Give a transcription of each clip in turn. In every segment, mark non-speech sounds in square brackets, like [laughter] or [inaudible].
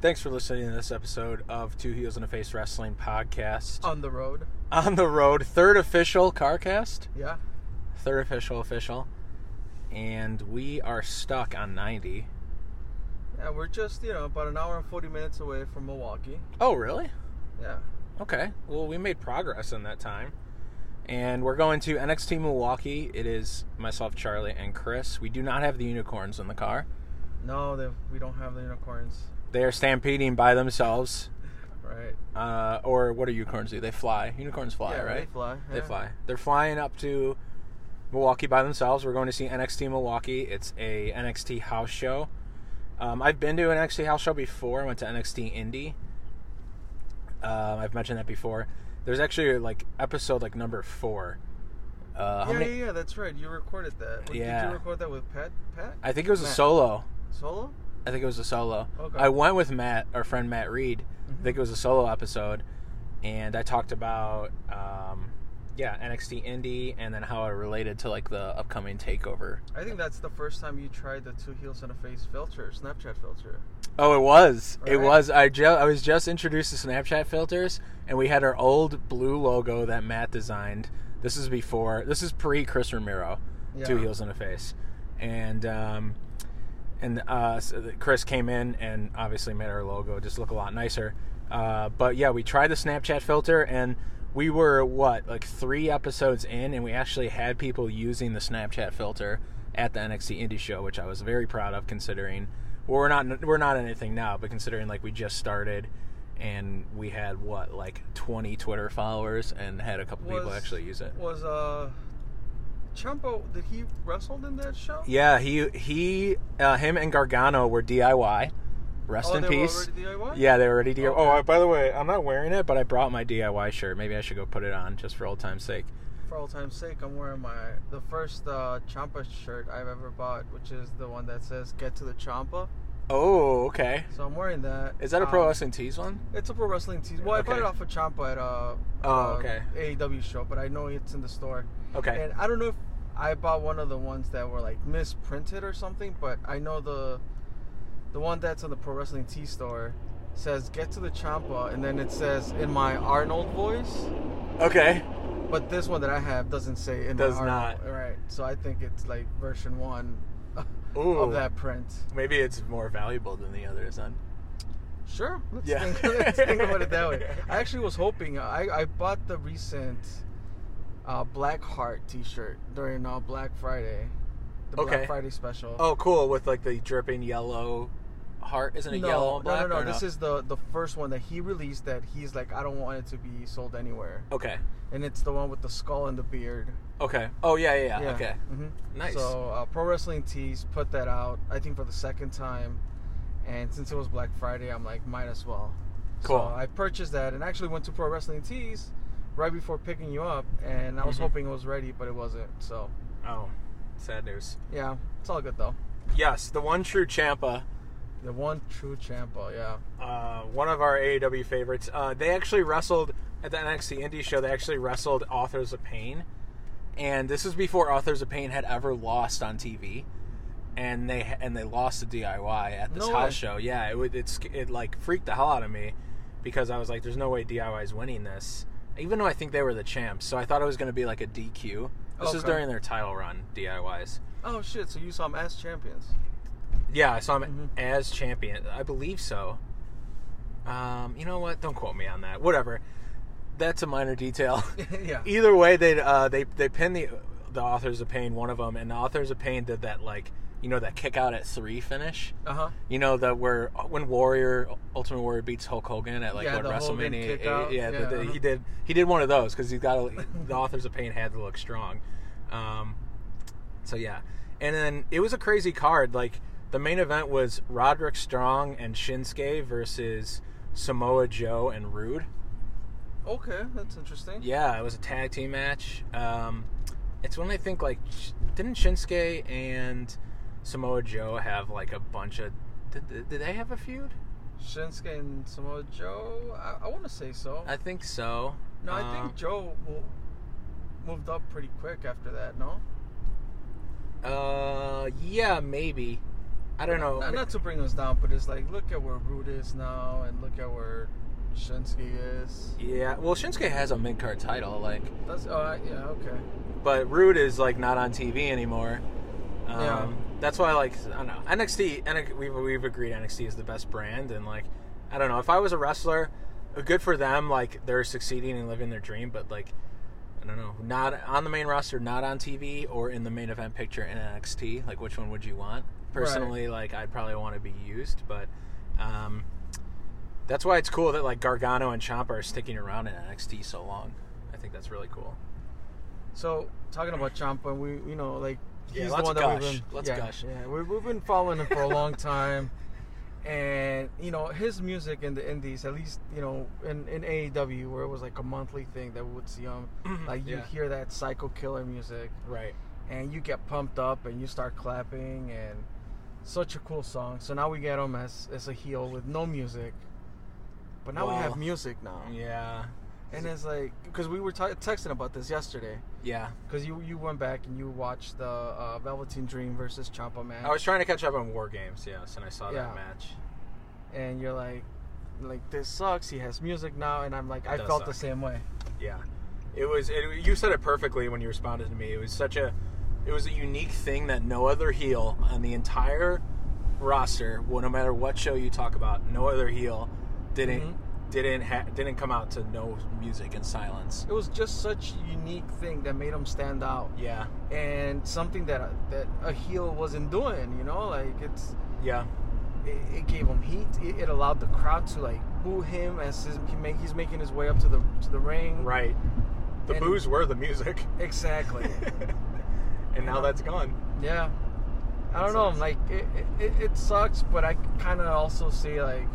Thanks for listening to this episode of Two Heels and a Face Wrestling Podcast. On the road. On the road, third official CarCast, Yeah. third official official, and we are stuck on 90. Yeah, we're just, you know, about an hour and 40 minutes away from Milwaukee. Oh, really? Yeah. Okay. Well, we made progress in that time. And we're going to NXT Milwaukee. It is myself, Charlie, and Chris. We do not have the unicorns in the car. No, they, we don't have the unicorns. They are stampeding by themselves. Right. Uh, or what do unicorns do? They fly. Unicorns fly, yeah, right? They fly. They yeah. fly. They're flying up to Milwaukee by themselves. We're going to see NXT Milwaukee. It's a NXT house show. Um, I've been to an NXT house show before. I went to NXT Indy. Um, I've mentioned that before. There's actually like episode like number four. Uh, how yeah, many? yeah, yeah, that's right. You recorded that. Wait, Did Yeah. you record that with Pat? Pat? I think it was a Matt. solo. Solo? I think it was a solo. Okay. I went with Matt, our friend Matt Reed. I Mhm. think it was a solo episode, and I talked about um, yeah NXT Indie and then how it related to like the upcoming takeover. I think that's the first time you tried the two heels and a face filter, Snapchat filter. Oh, it was. It Right? was. I ju- I was just introduced to Snapchat filters, and we had our old blue logo that Matt designed. This is before. This is pre Chris Ramiro, two Yeah. heels and a face, and um, and uh, so that Chris came in and obviously made our logo just look a lot nicer. Uh, but yeah, we tried the Snapchat filter, and we were what like three episodes in, and we actually had people using the Snapchat filter at the NXT Indie Show, which I was very proud of considering. Well, we're not we're not anything now, but considering like we just started. And we had what, like twenty Twitter followers, and had a couple people actually use it. Was uh, Champo? Did he wrestled in that show? Yeah, he he uh, him and Gargano were DIY. Rest oh, in they peace. Were already DIY? Yeah, they were already DIY. Okay. Oh, I- by the way, I'm not wearing it, but I brought my DIY shirt. Maybe I should go put it on just for old time's sake. For all time's sake, I'm wearing my the first uh, Champa shirt I've ever bought, which is the one that says "Get to the Champa." Oh, okay. So I'm wearing that. Is that a pro Um, wrestling tees one? It's a pro wrestling tee. Well, I bought Okay. it off of Champa at uh, Oh, uh, okay. AEW show, but I know it's in the store. Okay. And I don't know if I bought one of the ones that were like misprinted or something, but I know the the one that's on the pro wrestling T store says get to the Champa, and then it says in my Arnold voice. Okay. But this one that I have doesn't say in Does my Arnold. not. Right. So I think it's like version one [laughs] Ooh. of that print. Maybe it's more valuable than the others then. Sure. Let's, Yeah. think, [laughs] let's think about it [laughs] that way. I actually was hoping uh, I, I bought the recent uh, Black Heart T-shirt during uh, Black Friday, the Okay. Black Friday special. Oh, cool. With like the dripping yellow heart. Isn't it yellow No, and black? no, no, or no. This is the the first one that he released. That he's like, I don't want it to be sold anywhere. Okay. And it's the one with the skull and the beard. Okay. Oh, yeah, yeah, yeah. Okay. mhm. Nice. So uh, Pro Wrestling Tees put that out, I think for the second time, and since it was Black Friday, I'm like, might as well. Cool. So I purchased that and actually went to Pro Wrestling Tees right before picking you up, and I was Mhm. hoping it was ready, but it wasn't. So Oh, sad news. yeah, it's all good though. Yes, the one true Champa. The one true Champa, yeah. uh, one of our AEW favorites. Uh, they actually wrestled at the NXT Indie show. They actually wrestled Authors of Pain, and this was before Authors of Pain had ever lost on TV. And they and they lost to DIY at this No house way. show. Yeah, it would- it's it like freaked the hell out of me because I was like, "There's no way DIY is winning this." Even though I think they were the champs, so I thought it was going to be like a DQ. This was Okay. during their title run, DIYs. Oh shit! So you saw him as champions. Yeah, I saw him Mhm. as champion. I believe so. Um, you know what? Don't quote me on that. Whatever. That's a minor detail. yeah. [laughs] Either way, they uh, they they pinned the the authors of pain, one of them, and the authors of pain did that like you know that kick out at three finish. Uh huh. You know that where uh, when Warrior Ultimate Warrior beats Hulk Hogan at like Yeah, what the Hogan WrestleMania, kick eight- out. yeah, the- Yeah, the- uh-huh. he did he did one of those because he's got to, the authors of pain had to look strong. Um, so yeah, and then it was a crazy card. Like the main event was Roderick Strong and Shinsuke versus Samoa Joe and Rude. Okay, that's interesting. Yeah, it was a tag team match. Um, it's when I think like sh- didn't Shinsuke and Samoa Joe have like a bunch of did, did they have a feud? Shinsuke and Samoa Joe. I, I want to say so. I think so. no, I Um, think Joe mo- moved up pretty quick after that. No. Uh, yeah, maybe. I don't know. Not, not to bring us down, but it's like look at where Root is now, and look at where Shinsuke is. Yeah, well, Shinsuke has a mid card title, like, That's all right. Yeah. Okay. but Rude is like not on TV anymore. Um, Yeah. That's why, like, I don't know. NXT, NXT we've, we've agreed NXT is the best brand, and like, I don't know. If I was a wrestler, uh, good for them. Like, they're succeeding and living their dream, but like, I don't know, not on the main roster, not on TV, or in the main event picture in NXT. Like, which one would you want? Personally, like, I'd probably want to be used, but. Um, that's why it's cool that like Gargano and Ciampa are sticking around in NXT so long. I think that's really cool. So talking about Champa, we you know like Yeah, he's let's the one that gush. we've been Let's yeah, gush. Yeah, we, we've been following him for a long time, [laughs] and you know his music in the indies, at least you know in in AEW where it was like a monthly thing that we would see him. Like you Mm-hmm. Yeah. hear that psycho killer music, Right. and you get pumped up and you start clapping and such a cool song. So now we get him as as a heel with no music, but now we Wow. have music now, Yeah. and it's like because we were t- texting about this yesterday. Yeah. Because you you went back and you watched the uh, Velveteen Dream versus Champa match, I was trying to catch up on War Games, yes, and I saw Yeah. that match. and you're like, like this sucks. He has music now, and I'm like, I does felt the suck. same way. Yeah. It was it, you said it perfectly when you responded to me. It was such a it was a unique thing that no other heel on the entire roster, well, no matter what show you talk about, no other heel didn't Mm-hmm. didn't ha- didn't come out to no music and silence. It was just such a unique thing that made him stand out, Yeah. and something that that a heel wasn't doing. You know, like it's Yeah. it, it gave him heat. It, it allowed the crowd to like boo him as his, he make, he's making his way up to the to the ring. Right. The And- boos were the music. [laughs] Exactly. and now that's gone. Yeah, I That don't know. sucks. Like it, it- it, it sucks, but I kind of also see like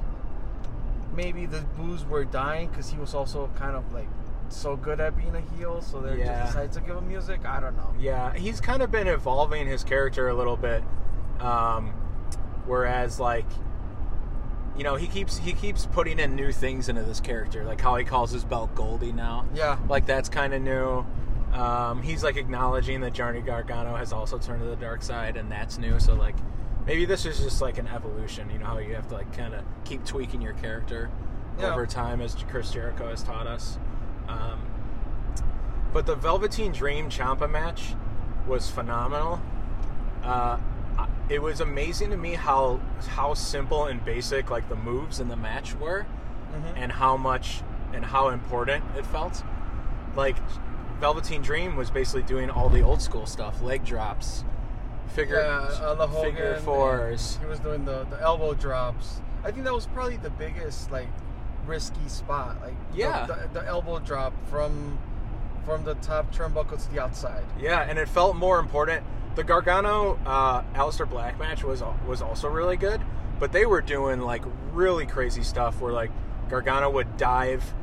maybe the boos were dying because he was also kind of like so good at being a heel, so they Yeah. just decided to give him music. I don't know. Yeah, he's kind of been evolving his character a little bit. Um, whereas, like, you know, he keeps he keeps putting in new things into this character, like how he calls his belt Goldie now. Yeah, Like that's kind of new. Um, he's like acknowledging that Johnny Gargano has also turned to the dark side, and that's new. So like, maybe this is just like an evolution. You know how you have to like kind of keep tweaking your character Yeah. over time, as Chris Jericho has taught us. Um, but the Velveteen Dream Champa match was phenomenal. Uh, I- it was amazing to me how how simple and basic like the moves in the match were Mhm. and how much and how important it felt. Like Velveteen Dream was basically doing all the old school stuff, leg drops, figure yeah. Uh, La Hogan, figure and fours. He was doing the the elbow drops. I think that was probably the biggest like risky spot. Like the- Yeah. the, the elbow drop from from the top turnbuckle to the outside. Yeah, and it felt more important. The Gargano uh, Alistair Black match was was also really good, but they were doing like really crazy stuff where like Gargano would dive,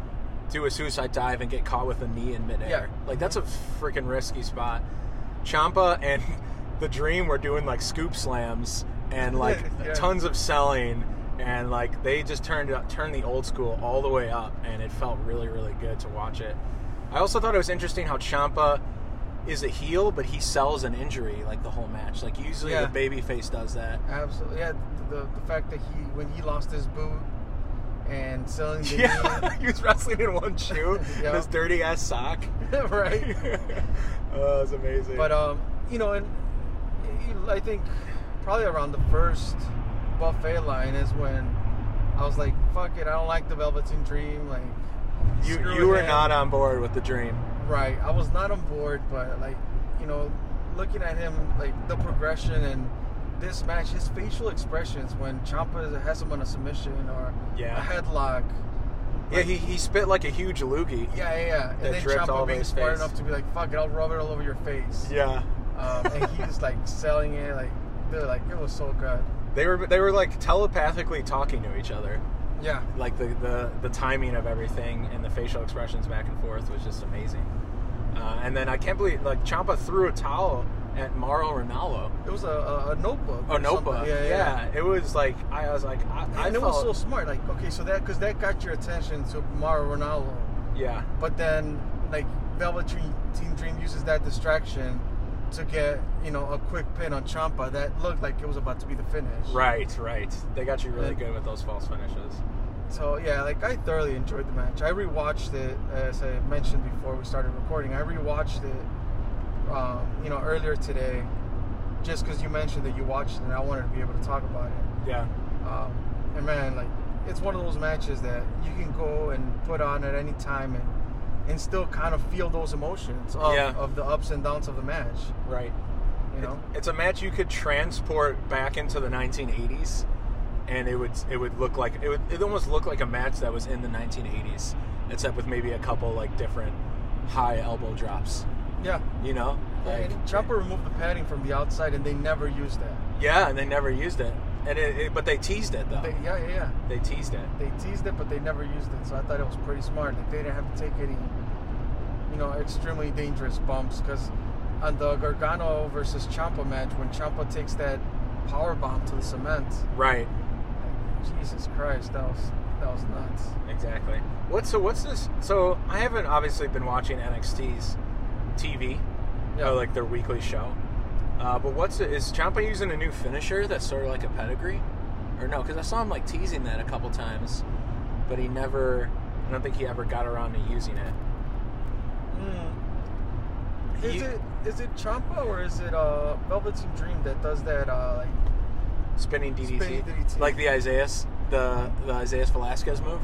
do a suicide dive, and get caught with a knee in midair. Yeah. Like that's a freaking risky spot. Champa and [laughs] the Dream were doing like scoop slams [laughs] and like Yeah. tons of selling, and like they just turned it- turned the old school all the way up, and it felt really really good to watch it. I also thought it was interesting how Champa is a heel, but he sells an injury like the whole match. Like usually Yeah. the baby face does that. Absolutely. Yeah, the, the fact that he when he lost his boot and selling [laughs] the Yeah, he was wrestling in one [laughs] shoe, Yeah. and this dirty ass sock. [laughs] knee, [laughs] right? oh, it's amazing. But um, you know, and you- I think probably around the first buffet line is when I was like, "Fuck it, I don't like the Velveteen Dream." Like, you screw you were him. not on board with the dream. right. I was not on board, but like, you know, looking at him, like the progression and this match, his facial expressions when Ciampa has him on a submission or Yeah. a headlock. Yeah, he, he spit like a huge loogie. Yeah, yeah, yeah. And That then dripped Champa all over being his smart face. enough to be like, "Fuck it, I'll rub it all over your face." Yeah. Um, and he was like selling it, like they're like, it was so good. They were they were like telepathically talking to each other. Yeah, Like the, the, the timing of everything and the facial expressions back and forth was just amazing. Uh, and then I can't believe like Champa threw a towel at Mauro Ronaldo. it was a, a, a notebook. Oh, or notebook. something. Yeah, It was like I was like I, I And it felt, was so smart. Like, okay, so that because that got your attention to Mauro Ronaldo, yeah but then like Velveteen Dream uses that distraction to get you know a quick pin on Champa that looked like it was about to be the finish. Right, right. They got you really And- good with those false finishes. So yeah, like I thoroughly enjoyed the match. I rewatched it as I mentioned before we started recording. I rewatched it, um, you know, earlier today, just because you mentioned that you watched it, and I wanted to be able to talk about it. Yeah, Um, and man, like it's one of those matches that you can go and put on at any time and and still kind of feel those emotions of, Yeah. of the ups and downs of the match. right. You know, It's a match you could transport back into the 1980s, and it would it would look like it would it almost looked like a match that was in the 1980s, except with maybe a couple like different high elbow drops. yeah. You know, like, and Champa removed the padding from the outside, and they never used that. yeah, and they never used it, and it, it but they teased it though. They, yeah, yeah, yeah. They teased it. they teased it, but they never used it. So I thought it was pretty smart. Like they didn't have to take any, you know, extremely dangerous bumps. Because on the Gargano versus Champa match, when Champa takes that power bomb to the cement, Right. Jesus Christ, that was that was nuts. Exactly. What so what's this? So I haven't obviously been watching NXT's TV, Yeah. or Oh, like their weekly show. Uh, but what's it? Is Ciampa using a new finisher that's sort of like a pedigree, or no? Because I saw him like teasing that a couple times, but he never. I don't think he ever got around to using it. Mm. Is You- it is it Champa or is it uh Velveteen Dream that does that? Uh, like Spinning DDT, Spinning DDT. like the Isaiah, the the Isaiah Velasquez move.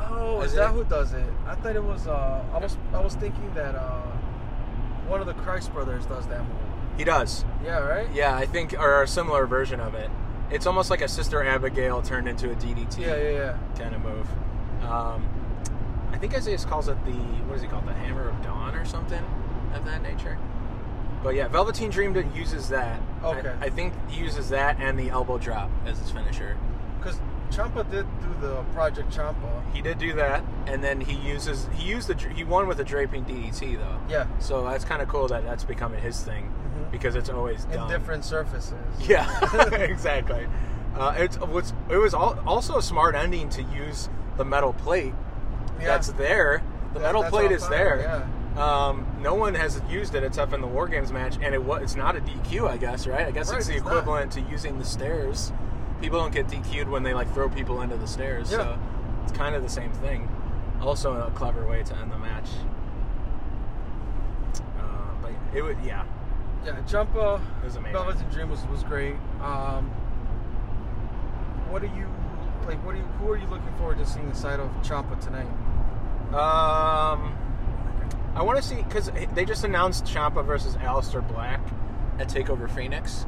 oh, is, Is that it- who does it? I thought it was uh I was I was thinking that uh one of the Christ brothers does that move. He does. Yeah, right. Yeah, I think or a similar version of it. It's almost like a Sister Abigail turned into a DDT. Yeah, yeah, yeah. kind of move. Um, I think Isaiah calls it the what is he called the Hammer of Dawn or something of that nature. But yeah, Velveteen Dream d- uses that. I- Okay. I, think he uses that and the elbow drop as his finisher. Because Champa did do the Project Champa. He did do that, and then he uses he used the dr- he won with a draping DDT though. Yeah. So that's kind of cool that that's becoming his thing Mhm. because it's always In done. different surfaces. [laughs] Yeah, [laughs] exactly. Uh, it's what's it was al- also a smart ending to use the metal plate Yeah. that's there. The That- metal that's plate on is fire, there. Um, no one has used it except in the War Games match, and it wa- it's not a DQ, I guess, right? I guess Right, it's the it's not. equivalent to using the stairs. People don't get DQ'd when they like throw people into the stairs, Yeah. so it's kind of the same thing. Also, a clever way to end the match. Uh, but it would, yeah, Yeah, Champa, it was amazing. Velvet and Dream was, was great. Um, what are you like? What are you? Who are you looking forward to seeing the side of Champa tonight? Um, I want to see because they just announced Champa versus Aleister Black at Takeover Phoenix,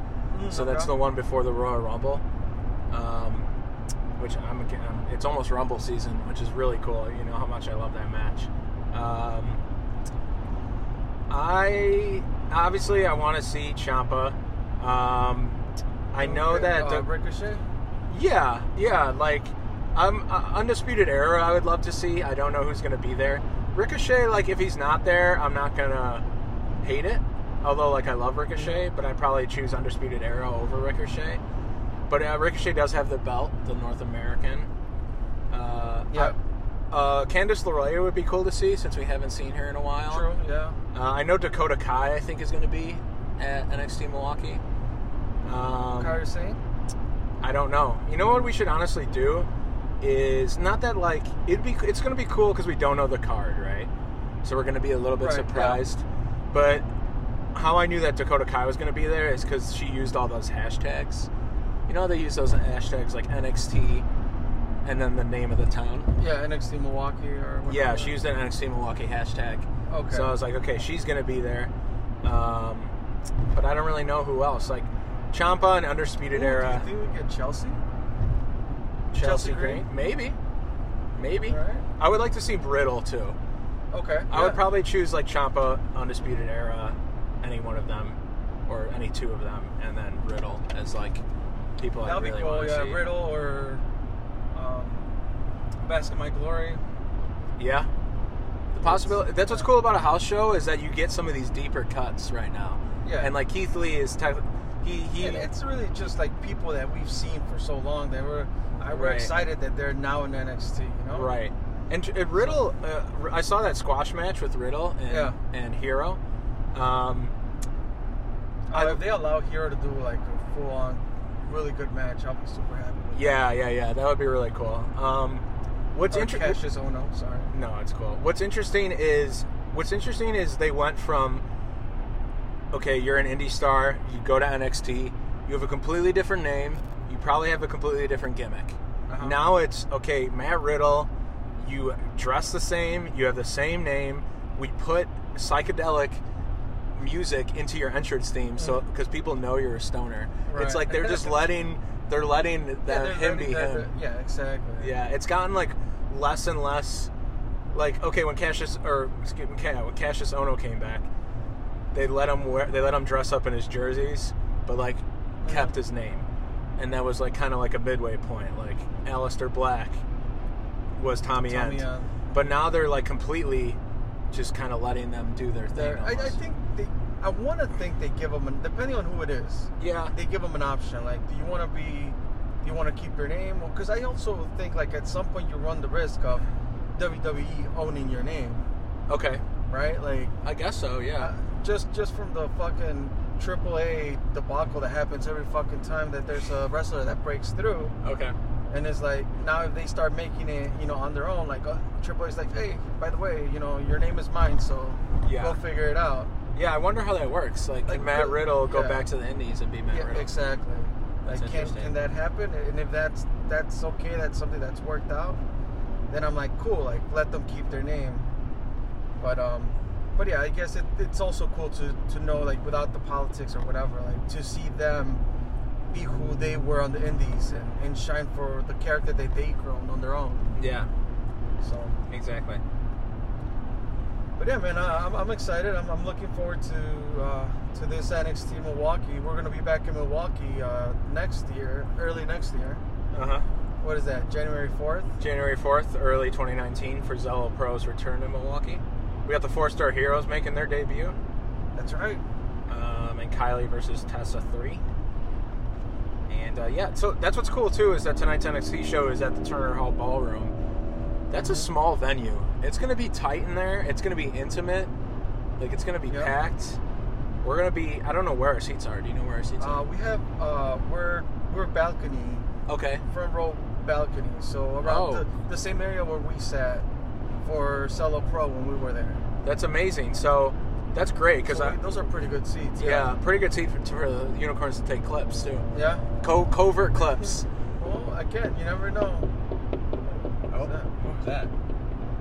so that's Mm, okay. the one before the Royal Rumble. Um, which I'm again, I'm- it's almost Rumble season, which is really cool. You know how much I love that match. Um, I obviously I want to see Champa. Um, I know Ri- that uh, the- Ricochet. yeah, yeah. Like, I'm uh, undisputed era. I would love to see. I don't know who's gonna be there. Ricochet, like, if he's not there, I'm not gonna hate it. Although, like, I love Ricochet, but I probably choose undisputed era over Ricochet. But uh, Ricochet does have the belt, the North American. Uh, Yeah. I- uh, Candice LeRae would be cool to see since we haven't seen her in a while. True. Yeah. Uh, I know Dakota Kai, I think, is going to be at NXT Milwaukee. Um, Kairi Sane. I don't know. You know what we should honestly do is not that like it'd be it's gonna be cool because we don't know the card, right? So we're gonna be a little bit Right, yeah. surprised. But how I knew that Dakota Kai was gonna be there is because she used all those hashtags. You know how they use those hashtags like NXT and then the name of the town. Yeah, NXT Milwaukee or. Whatever. Yeah, she used an NXT Milwaukee hashtag. Okay. So I was like, okay, she's gonna be there, um, but I don't really know who else. Like Champa and Undisputed Ooh, Era. Do you think we get Chelsea? Chelsea Chelsea Green? Green? Maybe. Maybe. All right. I would like to see Brittle too. Okay. I would yeah. probably choose like Champa, Undisputed Era, any one of them, or any two of them, and then Riddle as like people I That'll really be cool. want Yeah, to see. Riddle or um, Bask in My Glory. Yeah. The possibility. That's what's cool about a house show is that you get some of these deeper cuts right now. Yeah. And like Keith Lee is type. He he. And it's really just like people that we've seen for so long that we're I, we're Right. excited that they're now in NXT. You know, Right. And uh, Riddle, uh, I saw that squash match with Riddle and, Yeah. and Hero. Um, I, Uh, if they allow Hero to do like a full on, really good match, I'll be super happy. With Yeah, yeah, yeah. That would be really cool. Um, what's Or interesting? Cassius Ono, sorry. No, it's cool. What's interesting is what's interesting is they went from okay, you're an indie star, you go to NXT, you have a completely different name, you probably have a completely different gimmick. Uh-huh. Now it's okay, Matt Riddle, you dress the same, you have the same name. We put psychedelic music into your entrance theme so because people know you're a stoner. It's Right. like they're just letting they're letting the, they're him ready- be they're- him. they're- Yeah, exactly. Yeah, it's gotten like less and less. Like okay, when Cassius or excuse me, yeah, when Cassius Ono came back, they let him wear they let him dress up in his jerseys, but like Mm. kept his name, and that was like kind of like a midway point. Like Alistair Black was Tommy, Tommy End, End. but now they're like completely just kind of letting them do their thing. They're- I, I almost. think they. I want to think they give them, an, depending on who it is, yeah, they give them an option. Like, do you want to be, do you want to keep your name? Because I also think like at some point you run the risk of WWE owning your name, okay, right? Like, I guess so. uh, Yeah, just just from the fucking AAA debacle that happens every fucking time that there's a wrestler that breaks through, okay, and it's like now if they start making it, you know, on their own, like uh, AAA's like, hey, by the way, you know, your name is mine, so Yeah. go figure it out. yeah. I wonder how that works. Like, Like, can Matt uh, Riddle go yeah. back to the Indies and be Matt Yeah, Riddle? exactly. That's like, can, interesting. can that happen? And if that's that's okay, that's something that's worked out. Then I'm like, cool. Like, let them keep their name. But um, but yeah, I guess it, it's also cool to to know like without the politics or whatever, like to see them be who they were on the indies and, and shine for the character that they grown on their own. Yeah, So, exactly. but yeah, man, I, I'm, I'm excited. I'm, I'm looking forward to uh, to this NXT Milwaukee. We're gonna be back in Milwaukee uh, next year, early next year. Uh huh. what is that january 4th January 4th, early 2019 for Zello Pro's return to Milwaukee. We got the four star heroes making their debut, that's right um, and Kylie versus Tessa 3. And uh, yeah, so that's what's cool too is that tonight's NXT show is at the Turner Hall Ballroom. That's a small venue. It's going to be tight in there, it's going to be intimate, like it's going to be Yeah. packed. We're going to be, I don't know where our seats are. Do you know where our seats uh, we have uh, we're we're balcony are? Okay. front row balcony so Oh. around the, the same area where we sat for solo pro when we were there That's amazing. So that's great because So I. we- those are pretty good seats Yeah, pretty good seat for, for the unicorns to take clips too. yeah Co- covert clips. well again you never know Oh, that? what was that?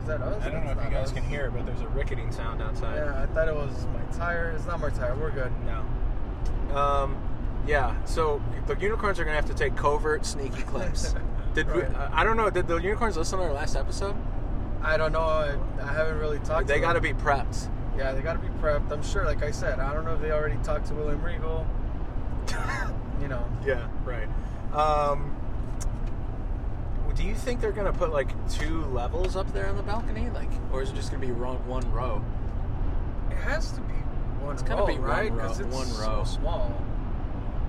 is that us I don't know if That's you not guys us. can hear, but there's a ricketing sound outside. yeah i thought it was my tire it's not my tire we're good No. Um, yeah. So the unicorns are gonna have to take covert, sneaky [laughs] [laughs] clips. Did we, Right. I I don't know. Did the unicorns listen to our last episode? i don't know i, I haven't really talked They to got to them. be [laughs] prepped. yeah they gotta be prepped i'm sure like i said i don't know if they already talked to william regal you know Yeah. Right. Um, do you think they're gonna put like two levels up there on the balcony, like, or is it just gonna be run, one row? It has to be one It's gotta row, be one right? row- it's one so row. small.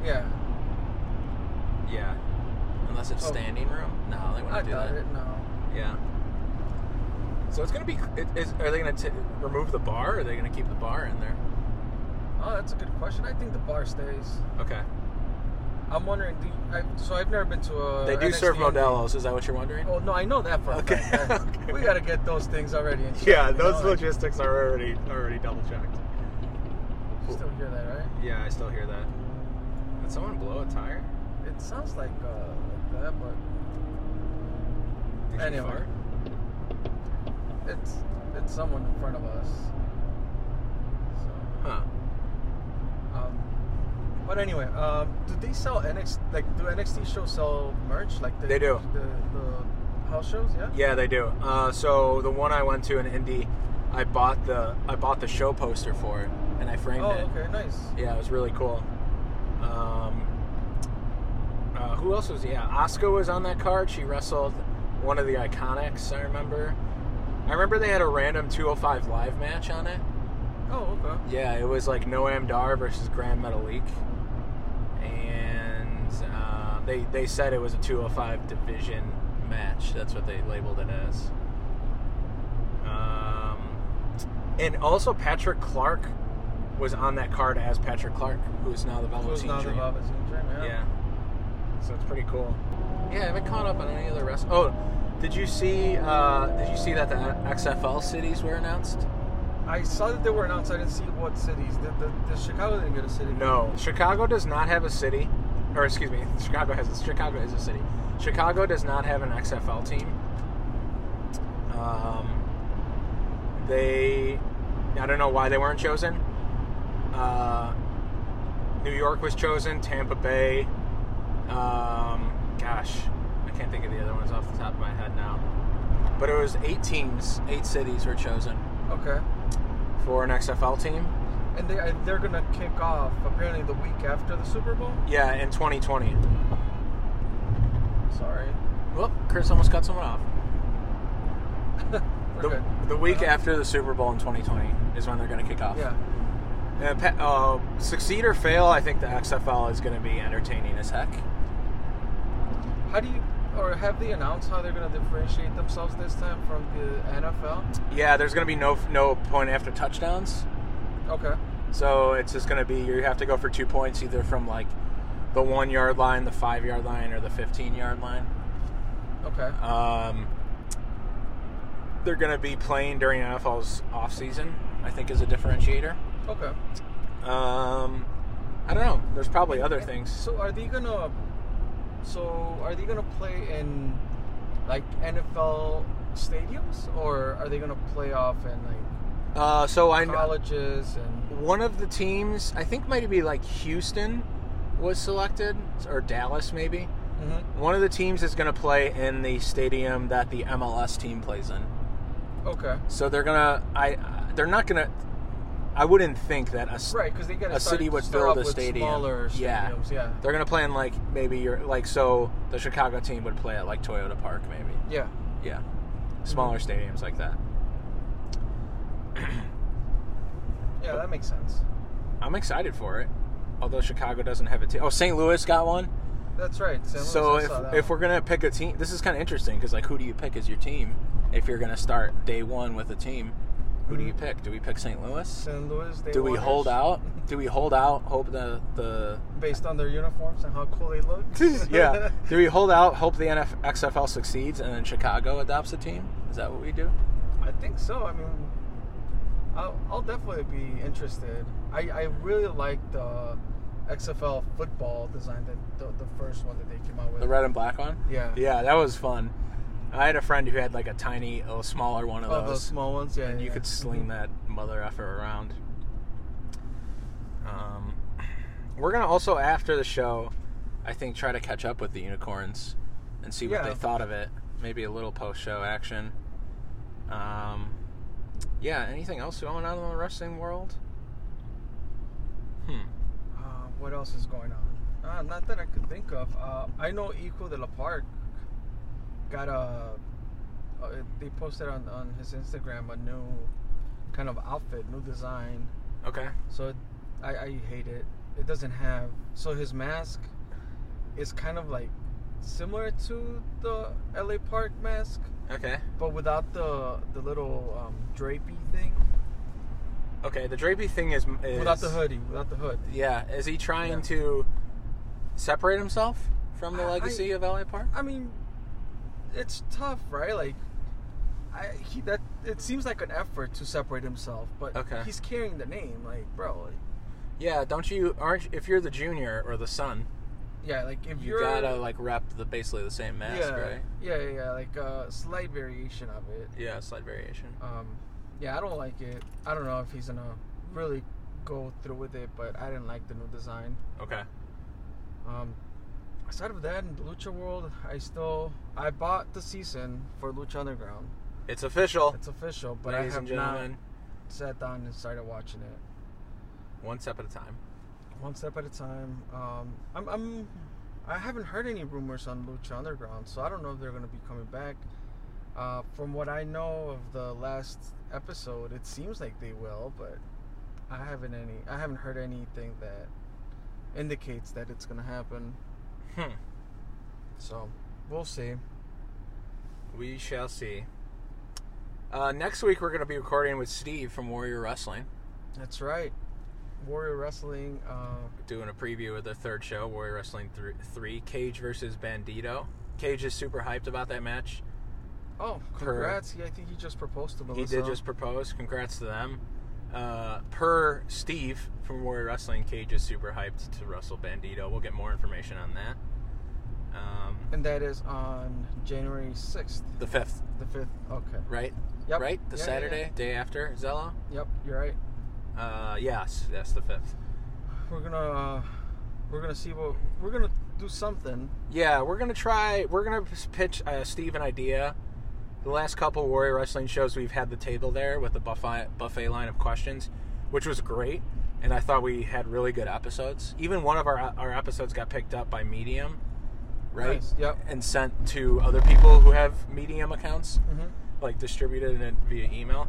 Yeah, Yeah. Unless it's Oh. standing room. No, they I wouldn't do doubt that. it. No, Yeah. So it's gonna be. It, is, are they gonna t- remove the bar? Or are they gonna keep the bar in there? oh, that's a good question. I think the bar stays. Okay. I'm wondering. Do you, I, so I've never been to a. they do NXT serve Indian- Modelo's. Is that what you're wondering? Oh no, I know that for a Okay, [laughs] fact. okay. We gotta get those things already. In check, you know? like, logistics are already already double checked. you Still hear that, right? Yeah, I still hear that. Did someone blow a tire? It sounds like uh, like that, but Did she Anyway. fart? it's it's someone in front of us. So. Huh. Um, but anyway, um, do they sell NXT? Like, do NXT shows sell merch? Like the, They do. The, the house shows, yeah. Yeah, they do. Uh, so the one I went to in Indy, I bought the I bought the show poster for it, and I framed Oh, it. okay, nice. Yeah, it was really cool. Um, uh, who else was? Yeah, Asuka was on that card. She wrestled one of the Iconics. I remember. I remember they had a random 205 live match on it. Oh, okay. Yeah, it was like Noam Dar versus Grand Metalik, and uh, they they said it was a 205 division match. That's what they labeled it as. Um, and also Patrick Clark was on that card as Patrick Clark, who is now the Velvet Who's Scene now the Dream. Velvet Scene Dream, yeah. So it's pretty cool. Yeah, I haven't caught up on any of the rest. Oh, did you see? Uh, did you see that the XFL cities were announced? I saw that they were announced. I didn't see what cities. The, the, the Chicago didn't get a city. No, Chicago does not have a city, or excuse me, Chicago has a, Chicago is a city. Chicago does not have an XFL team. Um, they, I don't know why they weren't chosen. Uh, New York was chosen. Tampa Bay. Um, gosh, I can't think of the other ones off the top of my head now. But it was eight teams, eight cities were chosen Okay. for an XFL team. And they I- they're gonna kick off apparently the week after the Super Bowl. Yeah, in 2020. Sorry. Well, Chris almost cut someone off. We're The, good. the week Uh-huh. after the Super Bowl in 2020 is when they're going to kick off. Yeah. Uh, pa- uh, succeed or fail, I think the XFL is going to be entertaining as heck. How do you or have they announced how they're gonna differentiate themselves this time from the NFL? Yeah, there's going to be no no point after touchdowns, Okay. so it's just going to be you have to go for two points either from like the one yard line, the five yard line, or the 15 yard line. Okay. Um, they're going to be playing during NFL's off season. I think is a differentiator. Okay. Um, I don't know. There's probably other things. So are they gonna? So are they gonna play in like NFL stadiums, or are they gonna play off in like Uh, so I colleges and? one of the teams I think might be like Houston was selected or Dallas maybe. Mhm. One of the teams is going to play in the stadium that the MLS team plays in. Okay. So they're gonna I they're not gonna I wouldn't think that a s- Right, because they got a city would start build off a with stadium. Smaller Yeah. stadiums, yeah, they're gonna play in like maybe your like so the Chicago team would play at like Toyota Park maybe. yeah. Yeah. Smaller stadiums like that. Yeah, that makes sense. I'm excited for it. Although Chicago doesn't have a team. Oh, St. Louis got one. That's right. San Luis, So I if, saw that if one. we're gonna pick a team, this is kind of interesting because like, who do you pick as your team if you're gonna start day one with a team? Who Hmm. do you pick? Do we pick St. Louis? San Luis, they Do we won it hold [laughs] out? Do we hold out? Hope the the based on their uniforms and how cool they look. [laughs] yeah. [laughs] Do we hold out? Hope the NF- XFL succeeds and then Chicago adopts a team. Is that what we do? I think so. I mean, I'll, I'll definitely be interested. I, I really like the XFL football design that the, the first one that they came out with. The red and black one. Yeah. Yeah, that was fun. I had a friend who had like a tiny, a smaller one of Oh, those those. small ones, yeah. and you yeah. could sling that mother effer around. Um, we're gonna also after the show, I think, try to catch up with the unicorns and see what Yeah. they thought of it. Maybe a little post-show action. Um, yeah. Anything else going on in the wrestling world? Hmm. Uh, what else is going on? Uh, not that I could think of. Uh, I know Eco de la Park got a. Uh, they posted on, on his Instagram a new kind of outfit, new design. Okay. So it, I, I hate it. It doesn't have. So his mask is kind of like similar to the LA Park mask, Okay. but without the the little um, drapey thing. Okay. The drapey thing is, is Without the hoodie. Without the hood. Yeah. Is he trying Yeah. to separate himself from the I- legacy of LA Park? I mean, it's tough, right? Like, I he that it seems like an effort to separate himself, but Okay. he's carrying the name, like, bro, like, Yeah, don't you aren't if you're the junior or the son, yeah, like if you are gotta like rep the basically the same mask, yeah, right? yeah, yeah, yeah, like a slight variation of it. Yeah, slight variation. Um, yeah, I don't like it. I don't know if he's gonna really go through with it, but I didn't like the new design. Okay. Um, aside of that, in the Lucha World, I still I bought the season for Lucha Underground. It's official. It's official, but Oh. Ladies I and have not gentlemen, sat down and started watching it. one step at a time. one step at a time. Um, I'm, I'm, I haven't heard any rumors on Lucha Underground, so I don't know if they're going to be coming back. Uh, from what I know of the last episode, it seems like they will, but I haven't any. I haven't heard anything that indicates that it's going to happen. Hmm. So we'll see. We shall see. Uh, next week we're gonna be recording with Steve from Warrior Wrestling. That's right. Warrior Wrestling. Uh, doing a preview of the third show, Warrior Wrestling thr- 3, Cage versus Bandito. Cage is super hyped about that match. oh, congrats! Yeah, I think he just proposed to He Melissa. did just propose. Congrats to them. Uh, per Steve from Warrior Wrestling, Cage is super hyped to wrestle Bandito. We'll get more information on that. Um, and that is on January sixth, the 5th, the fifth. Okay. right? Yep. Right? The Yeah, yeah, Saturday, day after Zello? yeah. Yep. You're right. Uh, yes, that's the 5th. We're gonna uh, we're gonna see what we're gonna do something. Yeah, we're gonna try. We're gonna pitch uh, Steve an idea. The last couple Warrior Wrestling shows, we've had the table there with the buffet buffet line of questions, which was great, and I thought we had really good episodes. Even one of our uh, our episodes got picked up by Medium, right? Nice, Yep. And sent to other people who have Medium accounts, hmm like distributed it via email.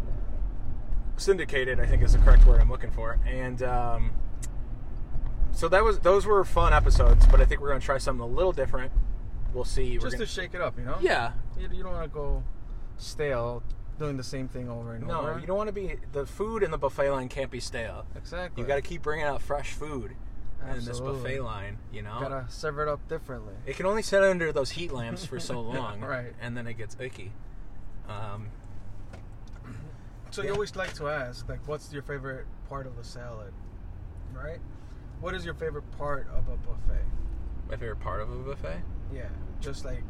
Syndicated, I think, is the correct word I'm looking for, and. Um, so that was those were fun episodes, but I think we're gonna try something a little different. We'll see. We're Just gonna- to shake it up, you know. yeah. You, you don't want to go stale doing the same thing over and No, over. you don't want to be the food in the buffet line can't be stale. Exactly. You got to keep bringing out fresh food in this Absolutely. buffet line. You know, Gotta serve it up differently. it can only sit under those heat lamps for [laughs] so long, Right. And then it gets icky. Um, So Yeah. you always like to ask, like, what's your favorite part of a salad, right? What is your favorite part of a buffet? my favorite part of a buffet. Yeah, just like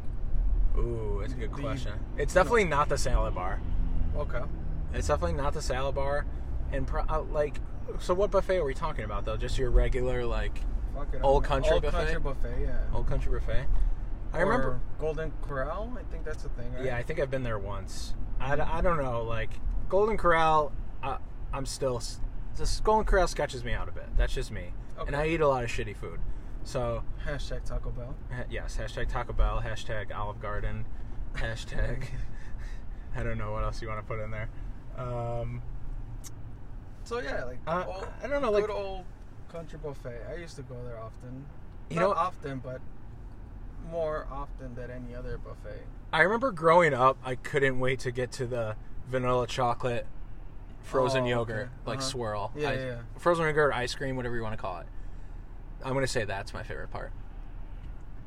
Ooh, that's a good The- question. It's definitely not the salad bar. okay, It's definitely not the salad bar, and pro- uh, like, so what buffet are we talking about though? Just your regular like fuck it. Old I'm- country old buffet? country buffet, yeah. old country buffet. I remember Or Golden Corral. I think that's a thing. Right? Yeah, I think I've been there once. I, I don't know, like Golden Corral. Uh, I'm still this Golden Corral sketches me out a bit. That's just me, and Okay. I eat a lot of shitty food. So Hashtag Taco Bell. ha- yes, hashtag Taco Bell, hashtag Olive Garden, hashtag [laughs] I don't know what else you want to put in there. Um, So yeah, like Uh, old- I don't know, like- good old country buffet. I used to go there often. You Not know- often, but more often than any other buffet. I remember growing up, I couldn't wait to get to the vanilla chocolate frozen Oh, okay. yogurt, like Uh-huh. swirl. Yeah, I- yeah, yeah. Frozen yogurt, ice cream, whatever you want to call it. I'm gonna say that's my favorite part.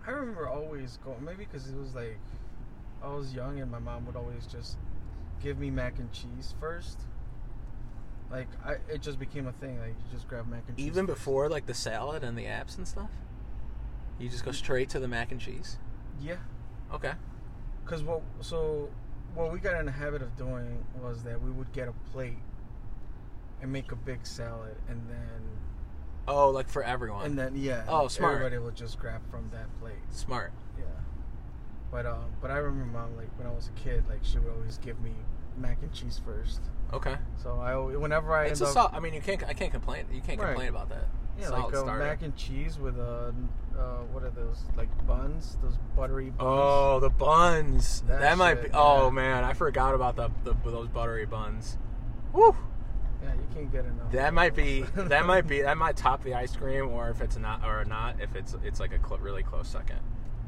I remember always going, maybe because it was like I was young and my mom would always just give me mac and cheese first. Like I, it just became a thing. Like you just grab mac and cheese. Even first. before like the salad and the apps and stuff, you just Mm-hmm. go straight to the mac and cheese. Yeah, Okay. because what so what we got in the habit of doing was that we would get a plate and make a big salad and then Oh, like for everyone. and then yeah. Oh, like, smart. Everybody would just grab from that plate. Smart. Yeah. But um, but I remember mom like when I was a kid, like she would always give me mac and cheese first. Okay. So I al- whenever I it's a end sol up I mean, you can't. I can't complain. You can't Right. complain about that. yeah, solid like a starter. mac and cheese with a uh, what are those like buns? Those buttery buns. Oh, the buns. That, That might be. shit, Oh yeah. man, I forgot about the, the those buttery buns. Woo. yeah, you can't get enough. That of might be. [laughs] those. That might be. That might top the ice cream, or if it's not, or not, if it's it's like a cl- really close second.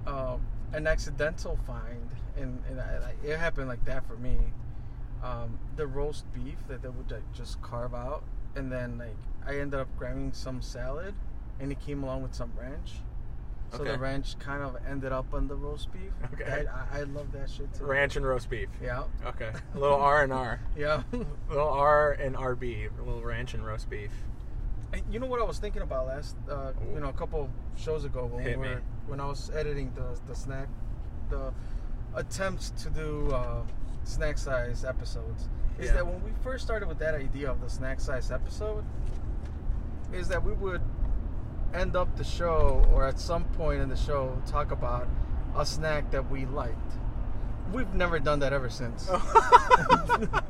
um, an accidental find, and, and I, I, it happened like that for me. Um, the roast beef that they would like, just carve out, and then like I ended up grabbing some salad, and it came along with some ranch. So Okay. the ranch kind of ended up on the roast beef. Okay. That- I, I love that shit too. Ranch and roast beef. Yeah. Okay. A little R and R. Yeah. [laughs] little R and RB, a little ranch and roast [laughs] beef. [laughs] And you know what I was thinking about last, uh, you know, a couple shows ago when Hit we me. were, when I was editing the the snack, the attempts to do uh, snack size episodes. Is Yeah. that when we first started with that idea of the snack size episode? Is that we would end up the show or at some point in the show talk about a snack that we liked. We've never done that ever since. Oh.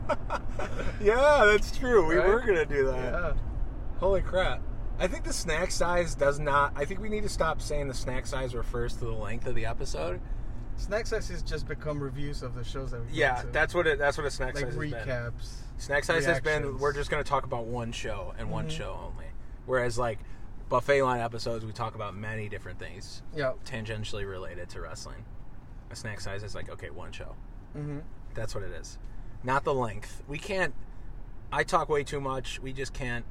yeah, that's true. We Right? were gonna do that. Yeah. Holy crap. I think the snack size does not. I think we need to stop saying the snack size refers to the length of the episode. Snack size has just become reviews of the shows that we Yeah, to. that's what it. That's what a snack like size has been. recaps. Snack size has been. reactions. We're just gonna talk about one show and one show only. Whereas like buffet line episodes, we talk about many different things Yeah. tangentially related to wrestling. A snack size is like okay, one show. hmm That's what it is. Not the length. We can't. I talk way too much. We just can't.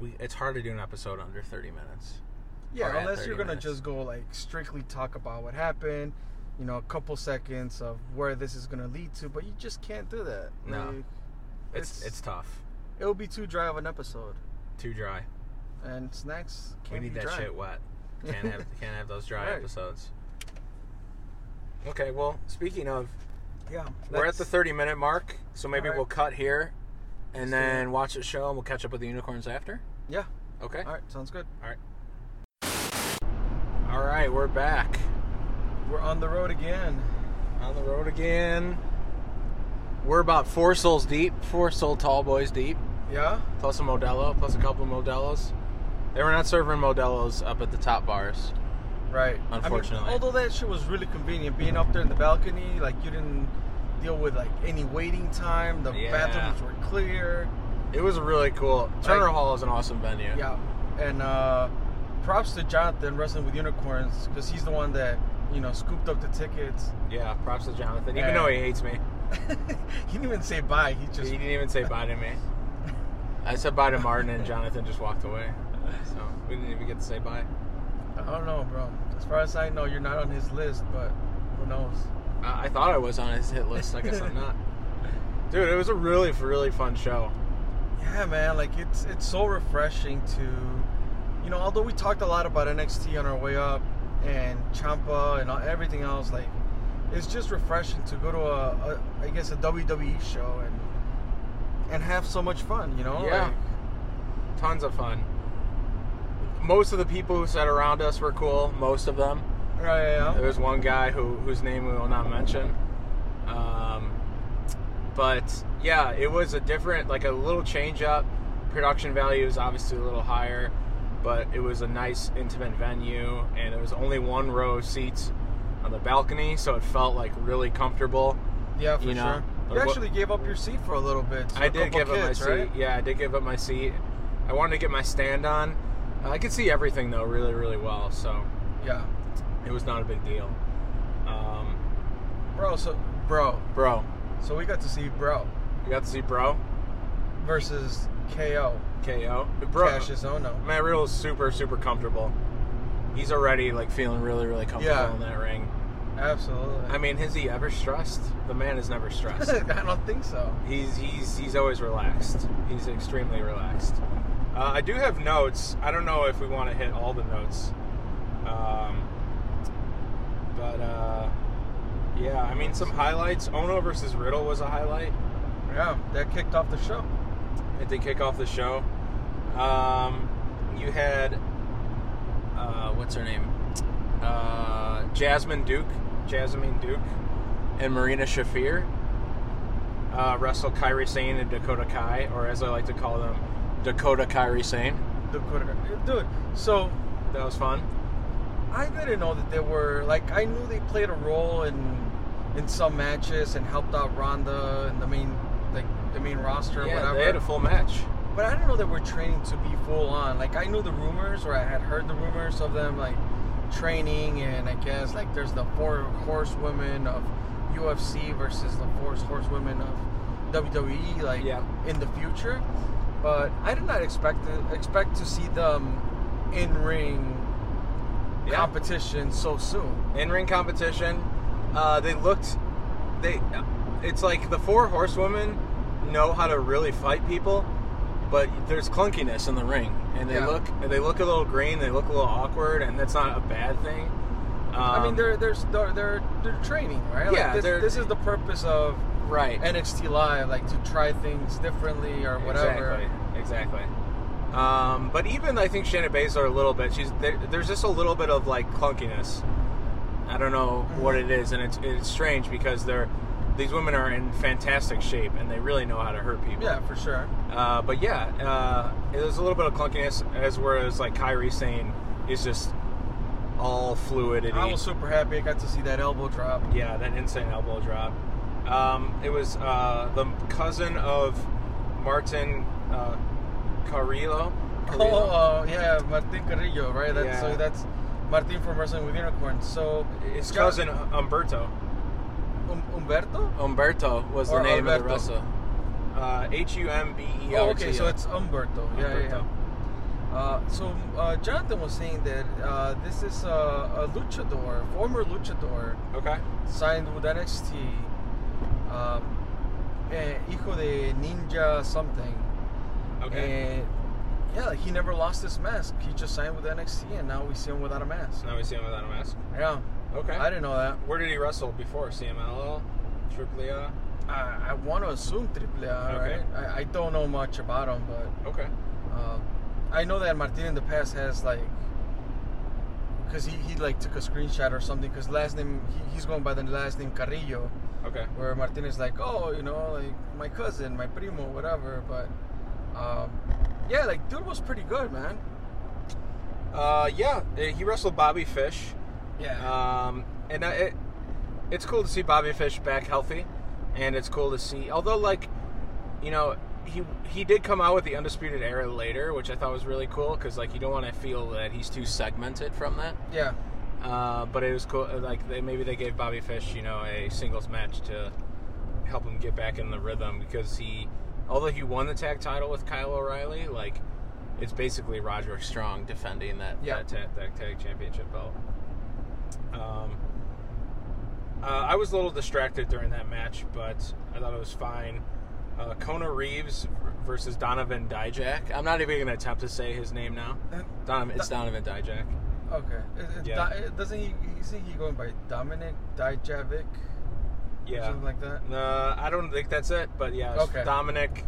we it's hard to do an episode under 30 minutes. Or Yeah, at unless you're 30 gonna minutes. just go like strictly talk about what happened, you know, a couple seconds of where this is gonna lead to, but you just can't do that. No. Like, It's it's, It's- tough. it'll be too dry of an episode, Too dry. and snacks We can't need be that dry. shit wet. Can't [laughs] have can't have those dry Right. episodes. Okay, well, speaking of, Yeah, we're at that's- the 30 minute mark, so maybe Alright. we'll cut here and Let's do then watch the show and we'll catch up with the unicorns after. Yeah. Okay. All right, sounds good. All right, we're back We're on the road again. on the road again. We're about four souls deep, four soul tall boys deep, Yeah. plus a Modelo, plus a couple Modelos. They were not serving Modelos up at the top bars. Right. I mean, Unfortunately. although that shit was really convenient, being up there in the balcony, like you didn't deal with like any waiting time. The Yeah. bathrooms were clear. It was really cool. Turner Like- Hall is an awesome venue. Yeah. And uh, props to Jonathan wrestling with unicorns because he's the one that you know scooped up the tickets. [laughs] Yeah, props to Jonathan. Even Yeah. though he hates me, he didn't even say bye. He just he didn't even say bye to [laughs] me. I said bye to Martin, and Jonathan just walked away. So we didn't even get to say bye. I don't know, bro. As far as I know, you're not on his list, but who knows? I, I thought I was on his hit list. I guess I'm [laughs] not. Dude, it was a really, really fun show. Yeah, man. Like it's it's so refreshing to, you know, although we talked a lot about NXT on our way up and Champa and all- everything else, like it's just refreshing to go to a, a I guess a WWE show and and have so much fun. You know? Yeah. Like, Tons of fun. Most of the people who sat around us were cool. Most of them. right. Yeah. There was one guy who whose name we will not mention. Um, but yeah, it was a different, like a little change up. Production value is obviously a little higher, but it was a nice, intimate venue, and there was only one row of seats on the balcony, so it felt like really comfortable. Yeah, for you know, sure. or You what- actually gave up your seat for a little bit. to I a did couple give up my kids, seat. right? Yeah, I did give up my seat. I wanted to get my stand on. I could see everything though, really, really well, so Yeah, it was not a big deal. Um, bro. So, bro. bro, So we got to see bro you got to see bro. versus KO. KO. Bro, Cassius Ono. Matt Riddle is super, super comfortable. He's already like feeling really, really comfortable Yeah. in that ring. Absolutely. I mean, is he ever stressed? The man is never stressed. [laughs] I don't think so. he's he's he's always relaxed. He's extremely relaxed. Uh, I do have notes. I don't know if we want to hit all the notes, um, but uh, yeah, I mean, some highlights. Ono versus Riddle was a highlight. Yeah, that kicked off the show. at the kick off the show. Um, you had uh, what's her name? Uh, Jasmine Duke, Jasmine Duke, and Marina Shafir uh, wrestle Kyrie Sane and Dakota Kai, or as I like to call them, Dakota Kyrie Sane. The quarterback. Dude, so That was fun. I didn't know that they were like I knew they played a role in in some matches and helped out Ronda and the main like the main roster or Yeah, whatever. they had a full match. But I didn't know they were training to be full on. Like I knew the rumors, or I had heard the rumors of them like training, and I guess like there's the four horsewomen of UFC versus the four horsewomen of WWE, like Yeah. in the future. But I did not expect to, expect to see them in ring Yeah. competition so soon. in ring competition. Uh, they looked, they, it's like the four horsewomen know how to really fight people, but there's clunkiness in the ring, and they Yeah. look, they look a little green, they look a little awkward, and that's not a bad thing. Um, I mean, they're they're they're they're, they're training, right? Like, Yeah, this, they're- this is the purpose of Um, right, NXT Live, like to try things differently or whatever. Exactly, exactly. Um, but even I think Shannon Baszler a little bit. She's there, there's just a little bit of like clunkiness. I don't know what Mm-hmm. it is, and it's it's strange because they're these women are in fantastic shape and they really know how to hurt people. Yeah, for sure. Uh, but yeah, uh, there's a little bit of clunkiness as whereas like Kyrie saying is just all fluidity. I was super happy I got to see that elbow drop. Yeah, that insane elbow drop. Um, it was uh, the cousin of Martin uh, Carrillo. Oh, uh, yeah, Martin Carrillo, right? That's, Yeah. So that's Martin from Wrestling with Unicorns. So His Got- cousin Umberto. Um, Umberto? Umberto was Or the name of the Alberto. wrestler. H U M B E Oh, R T O. okay, so it's Umberto. Yeah, yeah, Umberto. yeah. Uh, so uh, Jonathan was saying that uh, this is a, a luchador, former luchador, Okay. signed with NXT, um, eh, hijo de ninja something. Okay. And yeah, he never lost his mask. He just signed with NXT, and now we see him without a mask. now we see him without a mask. Yeah, Okay. I didn't know that. Where did he wrestle before? CMLL? Triple E A? I, I want to assume Triple A. Okay. Right? I, I don't know much about him, but Okay. Uh, I know that Martin in the past has like, cause he, he like took a screenshot or something. Cause last name he, he's going by the last name Carrillo, Okay. where Martin is like, oh, you know, like my cousin, my primo, whatever. But um, yeah, like dude was pretty good, man. Uh, yeah, eh, he wrestled Bobby Fish. Yeah, Um, and uh, it, it's cool to see Bobby Fish back healthy, and it's cool to see. Although, like, you know, he he did come out with the Undisputed Era later, which I thought was really cool because like you don't want to feel that he's too segmented from that. yeah, Uh, but it was cool. uh, Like they, maybe they gave Bobby Fish, you know, a singles match to help him get back in the rhythm because he, although he won the tag title with Kyle O'Reilly, like it's basically Roger Strong defending that Yeah. that, ta- that tag championship belt. Um, uh, I was a little distracted during that match, but I thought it was fine. Uh, Kona Reeves versus Donovan Dijak. I'm not even going to attempt to say his name now. Uh, Donovan, it's Donovan Dijak. okay. It, it, Yeah. Di- it- doesn't he? Isn't he going by Dominic Dijavic? Or Yeah. something like that. Uh, I don't think that's it, but yeah, it's Okay. Dominic,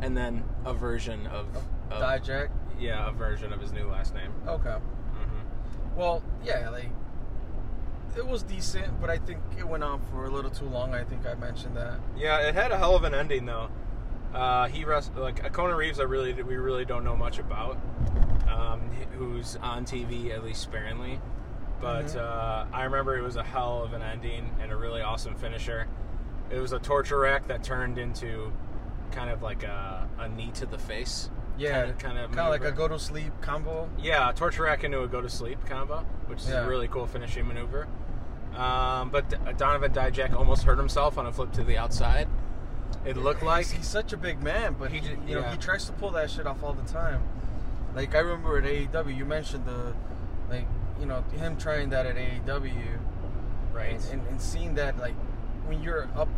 and then a version of, Oh, of Dijak. yeah, a version of his new last name. Okay. hmm Well, yeah, like it was decent, but I think it went on for a little too long. I think I mentioned that. Yeah, it had a hell of an ending though. Uh, he rest like Conan Reeves. I really we really don't know much about. Um, who's on TV at least sparingly, but Mhm. uh, I remember it was a hell of an ending and a really awesome finisher. It was a torture rack that turned into kind of like a, a knee to the face. Yeah, Kinda- kinda kind of like a maneuver. go to sleep combo. Yeah, a torture rack into a go to sleep combo, which is Yeah. a really cool finishing maneuver. Um, but D- Donovan Dijak almost hurt himself on a flip to the outside. It looked like, he's, he's such a big man, but He he, did- you know yeah. he tries to pull that shit off all the time. Like I remember at AEW, you mentioned the like you know him trying that at E AEW, right? And, and, and seeing that like when you're up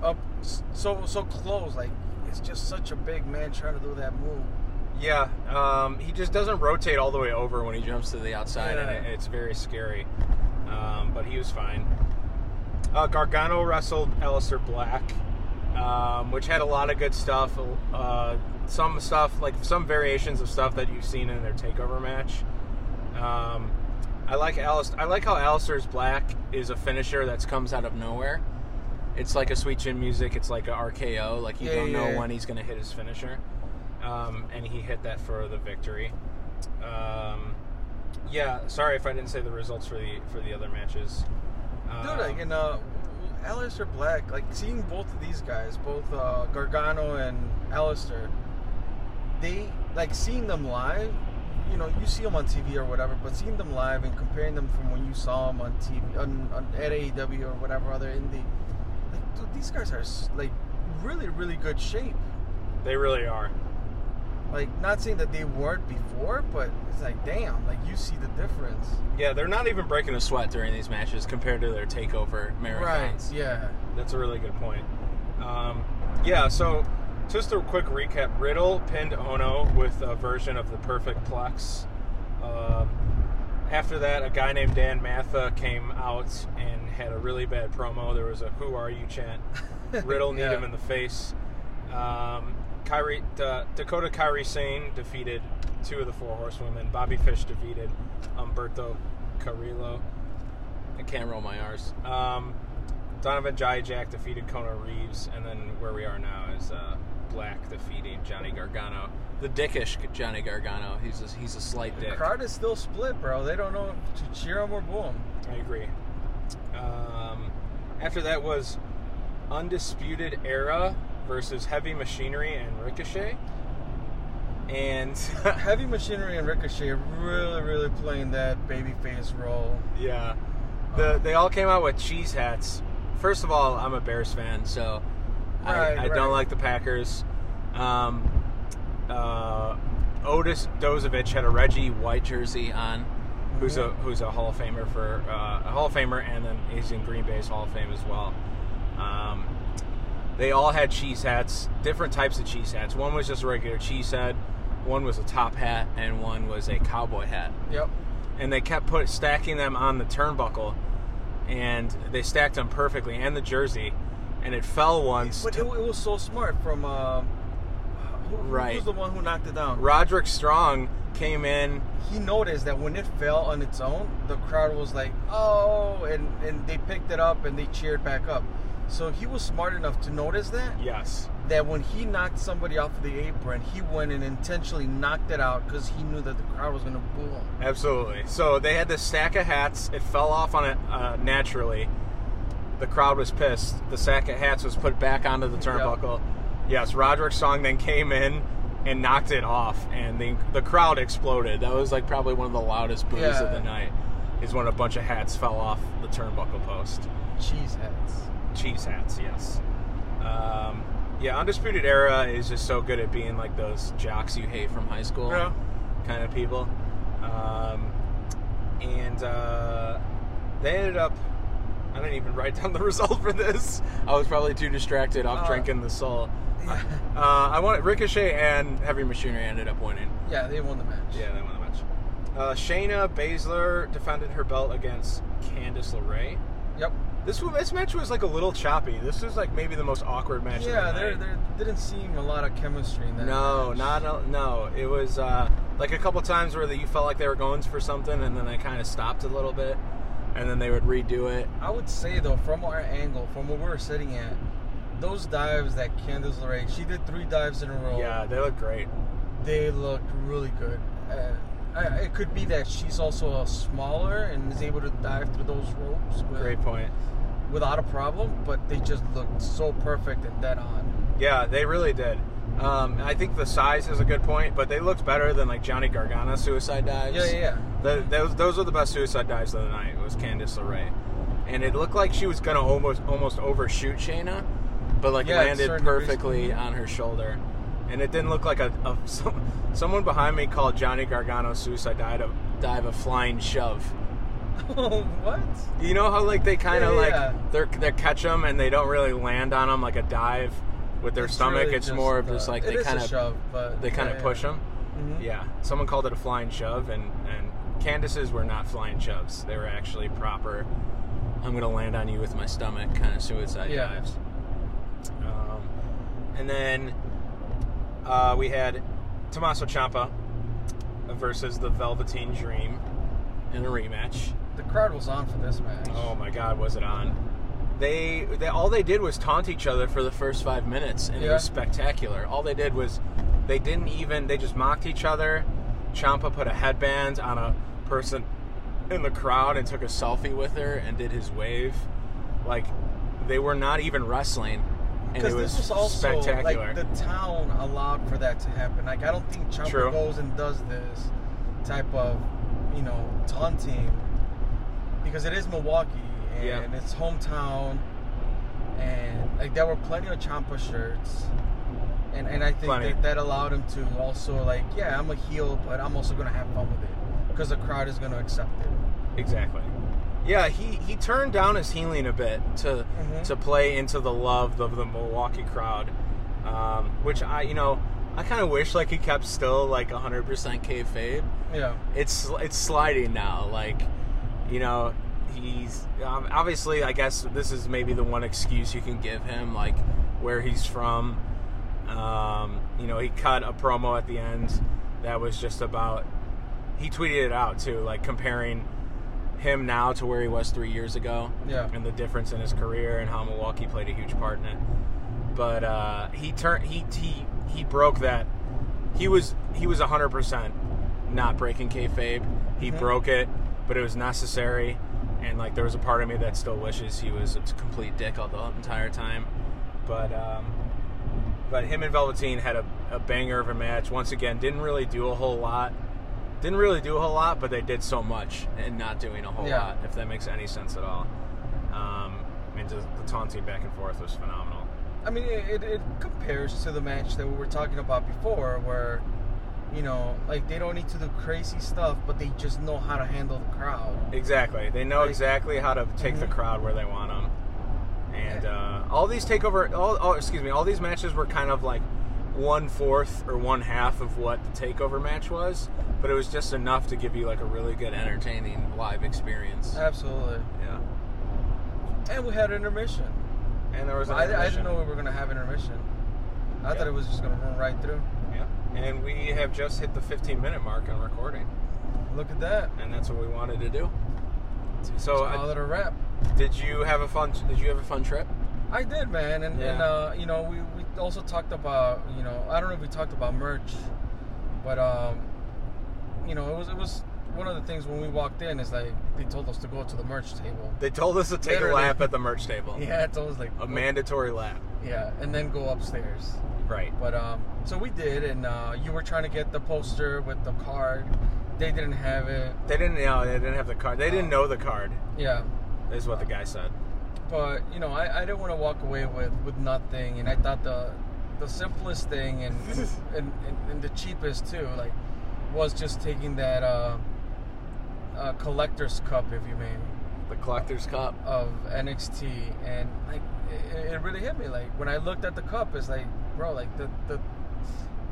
up s- so so close, like it's just such a big man trying to do that move. yeah, um, he just doesn't rotate all the way over when he jumps to the outside, and Yeah. it, it's very scary. Um, but he was fine. Uh, Gargano wrestled Alistair Black, um, which had a lot of good stuff. Uh, some stuff, like some variations of stuff that you've seen in their takeover match. Um, I like Alice. I like how Alistair's Black is a finisher that comes out of nowhere. It's like a sweet chin music. It's like a RKO. Like you Yeah, don't know yeah. when he's going to hit his finisher, um, and he hit that for the victory. Um, yeah, sorry if I didn't say the results for the for the other matches. Dude, Um, like, and uh, Alistair Black, like, seeing both of these guys, both uh, Gargano and Alistair, they, like, seeing them live, you know, you see them on TV or whatever, but seeing them live and comparing them from when you saw them on TV, on, on, at AEW or whatever other indie, like, dude, these guys are, s- like, really, really good shape. they really are. Like, not saying that they weren't before, but it's like, damn, like, you see the difference. Yeah, they're not even breaking a sweat during these matches compared to their takeover marathons. yeah. That's a really good point. Um, yeah, so just a quick recap Riddle pinned Ono with a version of the perfect plex. Um after that, a guy named Dan Matha came out and had a really bad promo. There was a Who Are You chant. Riddle need Yeah. him in the face. Um, Kyrie, Da- Dakota Kyrie Sane defeated two of the four horsewomen. Bobby Fish defeated Umberto Carrillo. I can't roll my R's. Um, Donovan Dijak defeated Kona Reeves, and then where we are now is uh, Black defeating Johnny Gargano, the dickish Johnny Gargano. He's a, he's a slight dick. Crowd is still split, bro. They don't know to cheer them or boo them. I agree. Um, after that was Undisputed Era versus Heavy Machinery and Ricochet. And [laughs] Heavy Machinery and Ricochet really, really playing that babyface role. yeah, the, they all came out with cheese hats. First of all, I'm a Bears fan, so I, Right, I right. don't like the Packers. Um, uh, Otis Dozovich had a Reggie White jersey on, who's a Mm-hmm. who's a Hall of Famer for uh, a Hall of Famer, and then he's in Green Bay's Hall of Fame as well. Um, they all had cheese hats, different types of cheese hats. One was just a regular cheese hat, one was a top hat, and one was a cowboy hat Yep. and they kept put stacking them on the turnbuckle, and they stacked them perfectly, and the jersey, and it fell once. But it, to- it was so smart from um, who, Right. Who's the one who knocked it down? Roderick Strong came in. He noticed that when it fell on its own, the crowd was like, "Oh!" and and they picked it up and they cheered back up. So he was smart enough to notice that Yes, that when he knocked somebody off of the apron, he went and intentionally knocked it out because he knew that the crowd was gonna boo him. absolutely. So they had this stack of hats. It fell off on it uh, naturally. The crowd was pissed. The stack of hats was put back onto the turnbuckle. Yes, Roderick Strong then came in and knocked it off, and the the crowd exploded. That was like probably one of the loudest boos of Yeah. the night. Is when a bunch of hats fell off the turnbuckle post. Cheese heads. cheese hats. Yes. Um, yeah, Undisputed Era is just so good at being like those jocks you hate from high school Yeah. kind of people. Um, and uh, they ended up. I didn't even write down the [laughs] result for this. I was probably too distracted off Uh, drinking the soul. Uh, I wanted Ricochet and Heavy Machinery ended up winning. Yeah, they won the match. Yeah, they won the match. Uh, Shayna Baszler defended her belt against Candice LeRae. Yep. This w- this match was like a little choppy. This was like maybe the most awkward match. of the Yeah, there night. there didn't seem a lot of chemistry in that. No, match. not a, no. It was uh, like a couple times where you felt like they were going for something, and then they kind of stopped a little bit, and then they would redo it. I would say though, from our angle, from where we were sitting at, those dives that Candice LeRae, she did three dives in a row. Yeah, they look great. They looked really good. Uh, I, it could be that she's also a smaller and is able to dive through those ropes with, Great point. without a problem, but they just looked so perfect and dead on. Yeah, they really did. Um, I think the size is a good point, but they looked better than like Johnny Gargano suicide dives. Yeah, yeah, yeah. Th those those were the best suicide dives of the night. was Candice LeRae, and it looked like she was gonna almost almost overshoot Shayna, but like Yeah, it's landed starting to reach- perfectly on her shoulder, and it didn't look like a, a [laughs] some, someone behind me called Johnny Gargano's suicide dive a, dive a flying shove. [laughs] what? You know how like they kind of Yeah, like yeah. they're they catch them and they don't really land on them like a dive with their It's stomach. really it's more of uh, just like it they is a kind of shove, but they kind of yeah, push them. Mhm. Yeah, someone called it a flying shove, and and Candace's were not flying shoves. They were actually proper. I'm gonna land on you with my stomach, kind of suicide Yeah. dives. Um, and then uh, we had Tommaso Ciampa versus the Velveteen Dream in a rematch. The crowd was on for this match. Oh my God, was it on? They, they all they did was taunt each other for the first five minutes, and it Yeah. was spectacular. All they did was they didn't even they just mocked each other. Champa put a headband on a person in the crowd and took a selfie with her and did his wave. Like they were not even wrestling, and it Because was, this was also spectacular. like the town allowed for that to happen. Like I don't think Champa True. goes and does this type of, you know, taunting because it is Milwaukee and Yeah. it's hometown, and like there were plenty of Champa shirts, and and I think Plenty. that, that allowed him to also like yeah I'm a heel but I'm also gonna have fun with it because the crowd is gonna accept it. Exactly. Yeah, he, he turned down his healing a bit to Mhm. to play into the love of the Milwaukee crowd, um, which I you know I kind of wish like he kept still like 100% kayfabe. Yeah. It's it's sliding now, like you know he's um, obviously I guess this is maybe the one excuse you can give him like where he's from. Um, you know he cut a promo at the end that was just about he tweeted it out too, like comparing him now to where he was three years ago, Yeah. and the difference in his career and how Milwaukee played a huge part in it. But uh, he turned he he he broke that. He was he was hundred percent not breaking kayfabe. He Mhm. broke it, but it was necessary. And like there was a part of me that still wishes he was a complete dick all the entire time. But um, but him and Velveteen had a, a banger of a match. Once again, didn't really do a whole lot. Didn't really do a whole lot, but they did so much and not doing a whole Yeah. lot, if that makes any sense at all. Um, and just the taunting back and forth was phenomenal. I mean, it, it, it compares to the match that we were talking about before, where you know, like they don't need to do crazy stuff, but they just know how to handle the crowd. Exactly. They know Like- exactly how to take the Mhm. crowd where they want them. And uh, all these takeover, all, all excuse me, all these matches were kind of like one fourth or one half of what the takeover match was, but it was just enough to give you like a really good, entertaining live experience. Uh, Absolutely. yeah. And we had intermission. And there was. an I, I didn't intermission. know we were gonna have intermission. I Yeah. thought it was just gonna run right through. Yeah. And we have just hit the 15 minute mark on recording, Look at that. and that's what we wanted to do. So, So uh, call it a wrap. did you have a fun? Did you have a fun trip? I did, man, and, and Yeah. uh, you know we, we also talked about you know I don't know if we talked about merch, but um, you know it was it was one of the things when we walked in is like they told us to go to the merch table. [laughs] They told us to take a Literally. lap at the merch table. [laughs] Yeah, it's always like A mandatory lap. Yeah, and then go upstairs. Right. But um, so we did, and uh, you were trying to get the poster with the card. They didn't have it. They didn't know. They didn't have the card. They didn't know the card. Yeah, Is what the guy said. but you know I, I didn't want to walk away with with nothing, and I thought the the simplest thing [laughs] and and, and, and the cheapest too, like, was just taking that uh, uh, collector's cup, if you may. The collector's cup. of NXT, and like it, it really hit me. Like when I looked at the cup, it's like, bro, like the the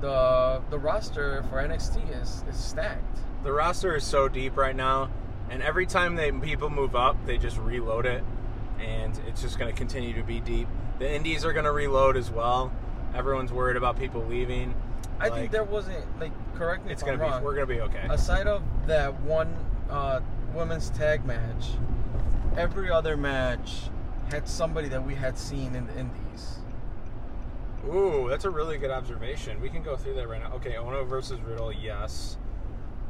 the, the roster for NXT is is stacked. The roster is so deep right now, and every time they people move up, they just reload it, and it's just going to continue to be deep. The indies are going to reload as well. Everyone's worried about people leaving. I Like, think there wasn't like correct me It's if gonna I'm be. wrong. We're gonna be okay. Aside of that one uh, women's tag match, every other match had somebody that we had seen in the Indies. Ooh, that's a really good observation. We can go through that right now. Okay, Ono versus Riddle. Yes.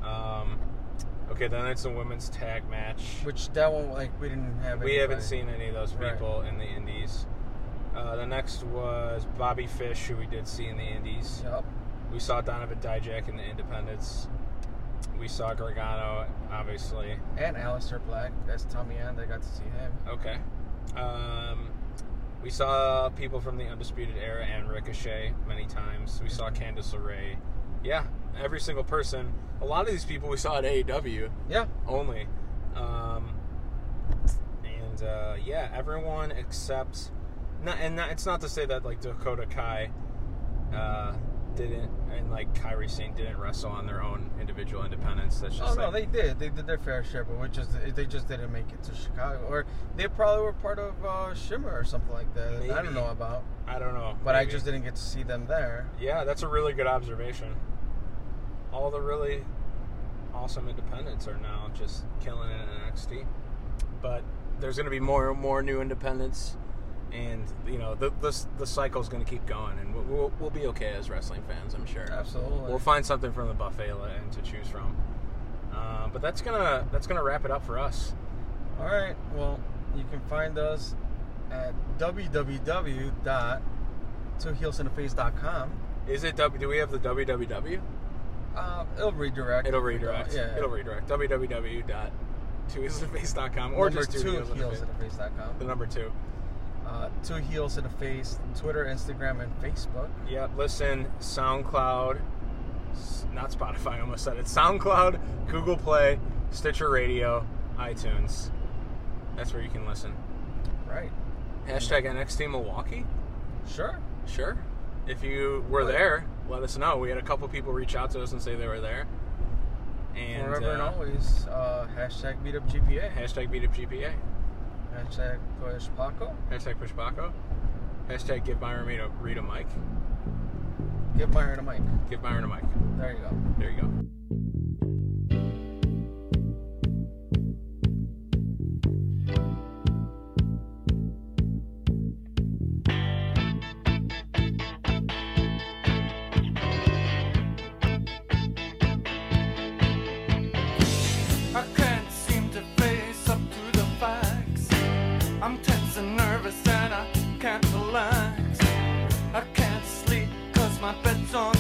Um. Okay, then it's a women's tag match. Which that one like we didn't have. We haven't anybody. seen any of those Right. people in the indies. Uh, the next was Bobby Fish, who we did see in the indies. Yep. We saw Donovan Dijak in the independents. We saw Gargano, obviously. And Alistair Black. That's Tommy End. I got to see him. Okay. Um, we saw people from the Undisputed Era and Ricochet many times. We saw Candice LeRae. Yeah, every single person. A lot of these people we saw E at AEW Yeah. only. Um, and uh, yeah, everyone except not and not, it's not to say that like Dakota Kai uh, didn't and like Kyrie Singh didn't wrestle on their own individual independence. That's Oh just no, like, they did. They did their fair share, but we just they just didn't make it to Chicago, or they probably were part of uh, Shimmer or something like that. that I Maybe. don't know about, I don't know, but I Maybe. just didn't get to see them there. Yeah, that's a really good observation. All the really awesome independents are now just killing it in NXT. But there's going to be more and more new independents, and you know the the, the cycle's going to keep going, and we'll, we'll, we'll be okay as wrestling fans, I'm sure. Absolutely. We'll find something from the buffet and to choose from. Uh, but that's gonna that's gonna wrap it up for us. All right. Well, you can find us at www.twoheelsintheface.com. Is it W? Do we have the www? Uh, it'll redirect. It'll redirect. Yeah. It'll redirect. www.twoheelsintheface.com or Or just two twoheelsintheface. heels in the face.com. The number two. Uh, two heels in the face. Twitter, Instagram, and Facebook. Yeah, listen, SoundCloud, s- not Spotify, I almost said it. SoundCloud, Google Play, Stitcher Radio, iTunes. That's where you can listen. Right. Hashtag NXT Milwaukee? Sure. Sure. If you were there, let us know. We had a couple people reach out to us and say they were there. And, Forever and uh, always. Uh, hashtag beat up GPA. Hashtag beat up GPA. Hashtag push Paco. Hashtag push Baco. Hashtag give Byron a, read a mic. Give Myron a mic. Give Byron a mic. There you go. There you go. I can't seem to face up to the facts. I'm tense and nervous and I can't relax. I can't sleep cause my bed's on Oh, Oh,